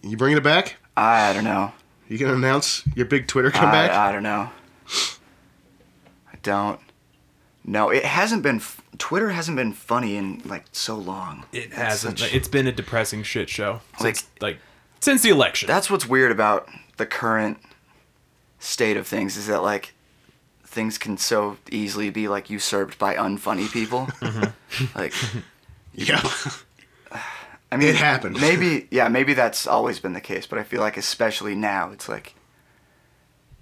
S9: You bringing it back?
S8: I don't know.
S9: You gonna announce your big Twitter comeback?
S8: I, I don't know. I don't. No, it hasn't been. f- Twitter hasn't been funny in like so long.
S6: It
S8: That's
S6: hasn't.
S8: such-
S6: It's been a depressing shit show.
S8: Like-
S6: Since, like since the election.
S8: that's what's weird about the current state of things is that like things can so easily be like
S6: Mm-hmm.
S8: usurped by unfunny people. like
S9: yeah.
S8: I mean,
S9: It happened.
S8: Maybe, yeah, maybe that's always been the case, but I feel like especially now, it's like,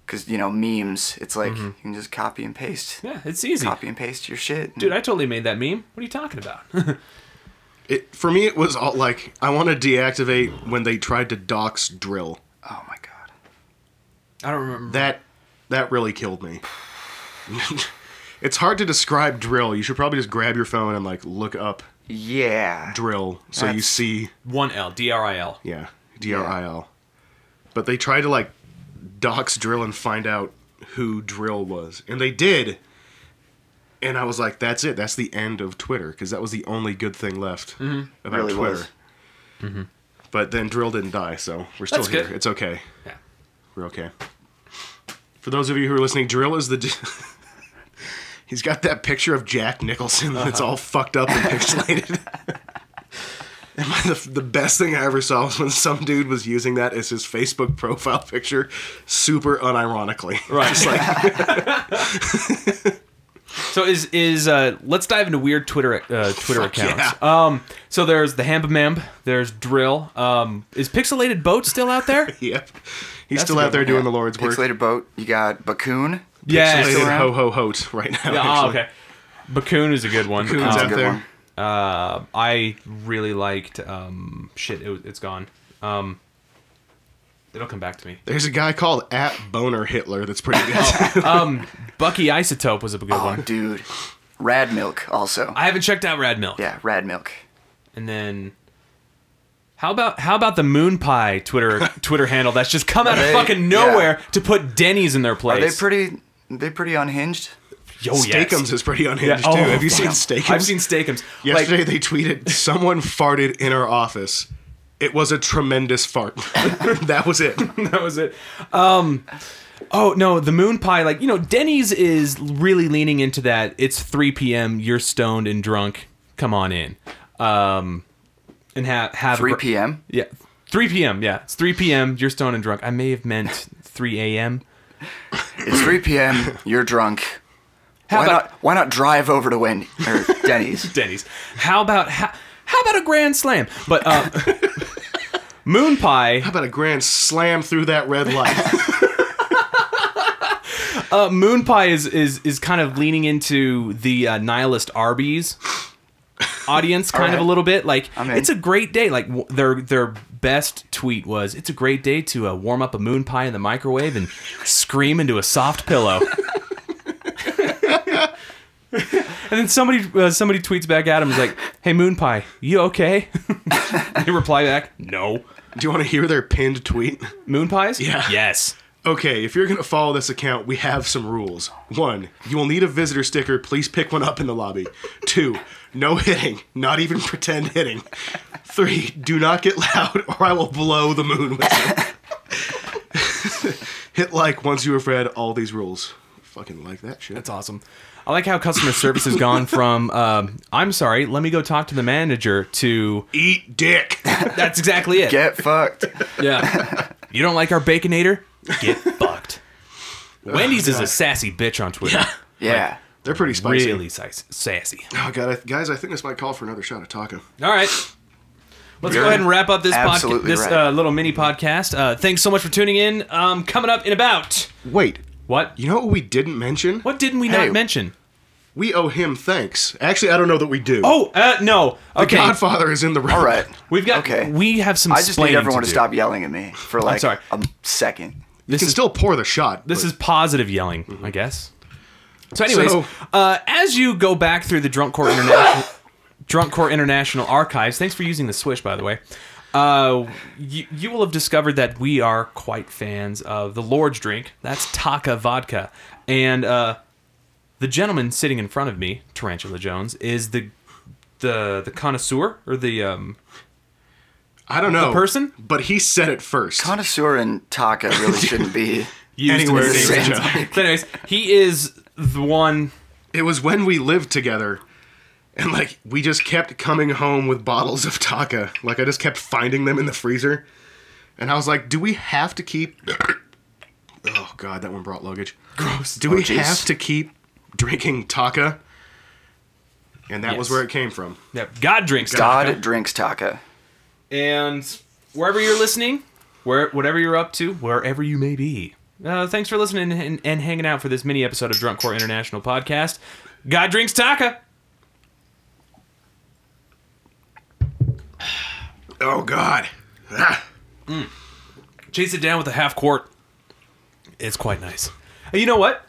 S8: because you know, memes. It's like you can just copy and paste,
S6: Mm-hmm. Yeah, it's easy.
S8: copy and paste your shit.
S6: Dude, I totally made that meme. What are you talking about?
S9: It, for me, it was all like I want to deactivate when they tried to dox drill.
S8: oh my god.
S6: I don't remember.
S9: That that really killed me. it's hard to describe drill. You should probably just grab your phone and like look up
S8: Yeah.
S9: drill so you
S8: That's-
S9: see
S6: One L, D R I L.
S9: yeah D R I L. But they tried to like dox drill and find out who drill was, and they did. And I was like, "That's it. That's the end of Twitter," because that was the only good thing left about
S8: Really
S9: Twitter.
S8: was.
S9: But then drill didn't die, so we're still
S6: That's
S9: here.
S6: good.
S9: It's okay.
S6: Yeah.
S9: We're okay. For those of you who are listening, Drill is the. d- He's got that picture of Jack Nicholson that's all fucked up and pixelated. and my, the, the best thing I ever saw was when some dude was using that as his Facebook profile picture, super unironically.
S6: Right.
S9: Just like,
S6: So is is uh, let's dive into weird Twitter uh, Twitter accounts. Um, so there's the Hambamemb, there's Drill. Um, is Pixelated Boat still out there?
S9: yep. He's still out there doing the Lord's work.
S8: Pixelated boat. You got Bakun.
S6: yes.
S9: Pixelated
S8: around.
S9: ho ho hoat right now.
S6: Oh,
S9: actually.
S6: okay. Bakun is a good one. Um,
S9: Coon's
S8: a
S9: out
S8: good
S9: there.
S8: one.
S6: Uh, I really liked. Um, shit, it, was- it's gone. Um, it'll come back to me.
S9: There's a guy called at Boner Hitler that's pretty good.
S6: Bucky Isotope was a good one.
S8: Oh, dude. Rad milk also.
S6: I haven't checked out Rad Milk.
S8: yeah, rad milk.
S6: And then how about how about the Moon Pie Twitter Twitter handle that's just come out of
S8: They-
S6: fucking nowhere to put Denny's in their
S8: Are they
S6: place?
S8: pretty? They pretty unhinged.
S6: Yo, Oh, yes.
S9: Steakums is pretty unhinged
S6: Yeah.
S9: too.
S6: Oh,
S9: Have you seen
S8: damn.
S9: Steakums?
S6: I've seen Steakums.
S9: Yesterday
S6: Like,
S9: they tweeted someone farted in our office. It was a tremendous fart. that was it.
S6: that was it. Um, oh no, the Moon Pie. Like you know, Denny's is really leaning into that. It's 3 p.m. You're stoned and drunk. Come on in, um, and have have a
S8: 3
S6: gr-
S8: p.m.
S6: Yeah, 3 p.m. Yeah, it's 3 p.m. You're stoned and drunk. I may have meant 3 a.m.
S8: It's 3 p.m. You're drunk.
S6: How
S8: why
S6: about-
S8: not? Why not drive over to Wendy or Denny's?
S6: Denny's. How about how, how about a grand slam? But uh, moon pie,
S9: How about a grand slam through that red light?
S6: uh, moon pie is is is kind of leaning into the uh, nihilist Arby's audience kind of
S8: right.
S6: a little bit. Like
S8: I'm in.
S6: it's a great day. Like w- their their best tweet was, "It's a great day to uh, warm up a moon pie in the microwave and scream into a soft pillow." And then somebody uh, somebody tweets back at him is like, "Hey Moon Pie, you okay?" you reply back, "No."
S9: Do you want to hear their pinned tweet?
S6: Moon pies?
S9: Yeah.
S6: Yes.
S9: Okay, if you're going to follow this account, we have some rules. One, you will need a visitor sticker. Please pick one up in the lobby. Two, no hitting, not even pretend hitting. Three, do not get loud or I will blow the moon whistle. Hit like once you have read all these rules. Fucking like that shit.
S6: That's awesome. I like how customer service has gone from um, "I'm sorry, let me go talk to the manager" to
S9: Eat dick.
S6: "That's exactly it."
S8: Get fucked.
S6: yeah. You don't like our baconator? Get fucked. Wendy's is a sassy bitch on Twitter.
S8: Yeah.
S9: They're pretty spicy.
S6: Really sass- sassy.
S9: Oh god, I, guys, I think this might call for another shot of taco.
S6: All right. Let's go ahead and wrap up this podcast,
S8: absolutely
S6: this
S8: right.
S6: uh, little mini podcast. Uh, thanks so much for tuning in. Um, coming up in about
S9: Wait,
S6: what?
S9: you know what we didn't mention?
S6: What didn't we
S8: Hey.
S6: not mention?
S9: We owe him thanks. Actually, I don't know that we do.
S6: Oh, uh, no. Okay,
S9: Godfather is in the room.
S8: All right.
S6: we've got.
S8: Okay.
S6: We have some.
S8: I just need
S6: explaining
S8: everyone to,
S6: do.
S8: stop yelling at me for like
S6: sorry.
S8: a second.
S9: You
S6: This
S9: can
S6: is
S9: still pour the shot.
S6: This
S9: but-
S6: is positive yelling, I guess. So, anyways,
S9: Mm-hmm. So-
S6: uh, as you go back through the Drunk Core International, Drunk Core International archives, thanks for using the swish, by the way. Uh, you, you will have discovered that we are quite fans of the Lord's drink. That's Taka vodka, and uh, the gentleman sitting in front of me, Tarantula Jones, is the the the connoisseur or the um.
S9: I don't know
S6: person?
S9: but he said it first.
S8: Connoisseur and Taka really shouldn't be.
S6: used in
S9: Anywhere
S6: the
S9: near
S6: same-
S9: each
S8: same
S9: other.
S6: So anyways, he is the one
S9: It was when we lived together, and like we just kept coming home with bottles of taco. Like I just kept finding them in the freezer, and I was like, "Do we have to keep?" oh god, that one brought luggage. Gross. Do we
S8: jeez.
S9: have to keep drinking taco? And that was
S6: Yes.
S9: where it came from.
S6: that God drinks.
S8: God
S6: Taka.
S8: drinks Taka.
S6: And wherever you're listening, where whatever you're up to, wherever you may be, uh, thanks for listening and, and hanging out for this mini episode of Drunk Core International podcast. God drinks Taka.
S9: Oh God. Ah.
S6: Mm. Chase it down with a half quart. It's quite nice. And you know what?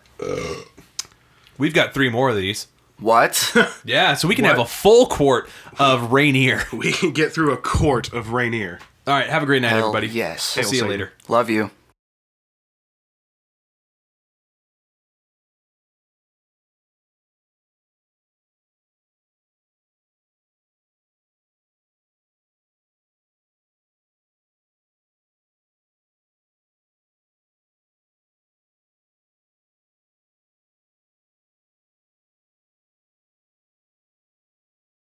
S6: We've got three more of these.
S8: What?
S6: Yeah, so we can have a full quart of Rainier.
S9: We can get through a quart of Rainier.
S6: All right, have a great night,
S8: Hell
S6: everybody.
S8: yes.
S6: We'll see you later.
S8: Love you.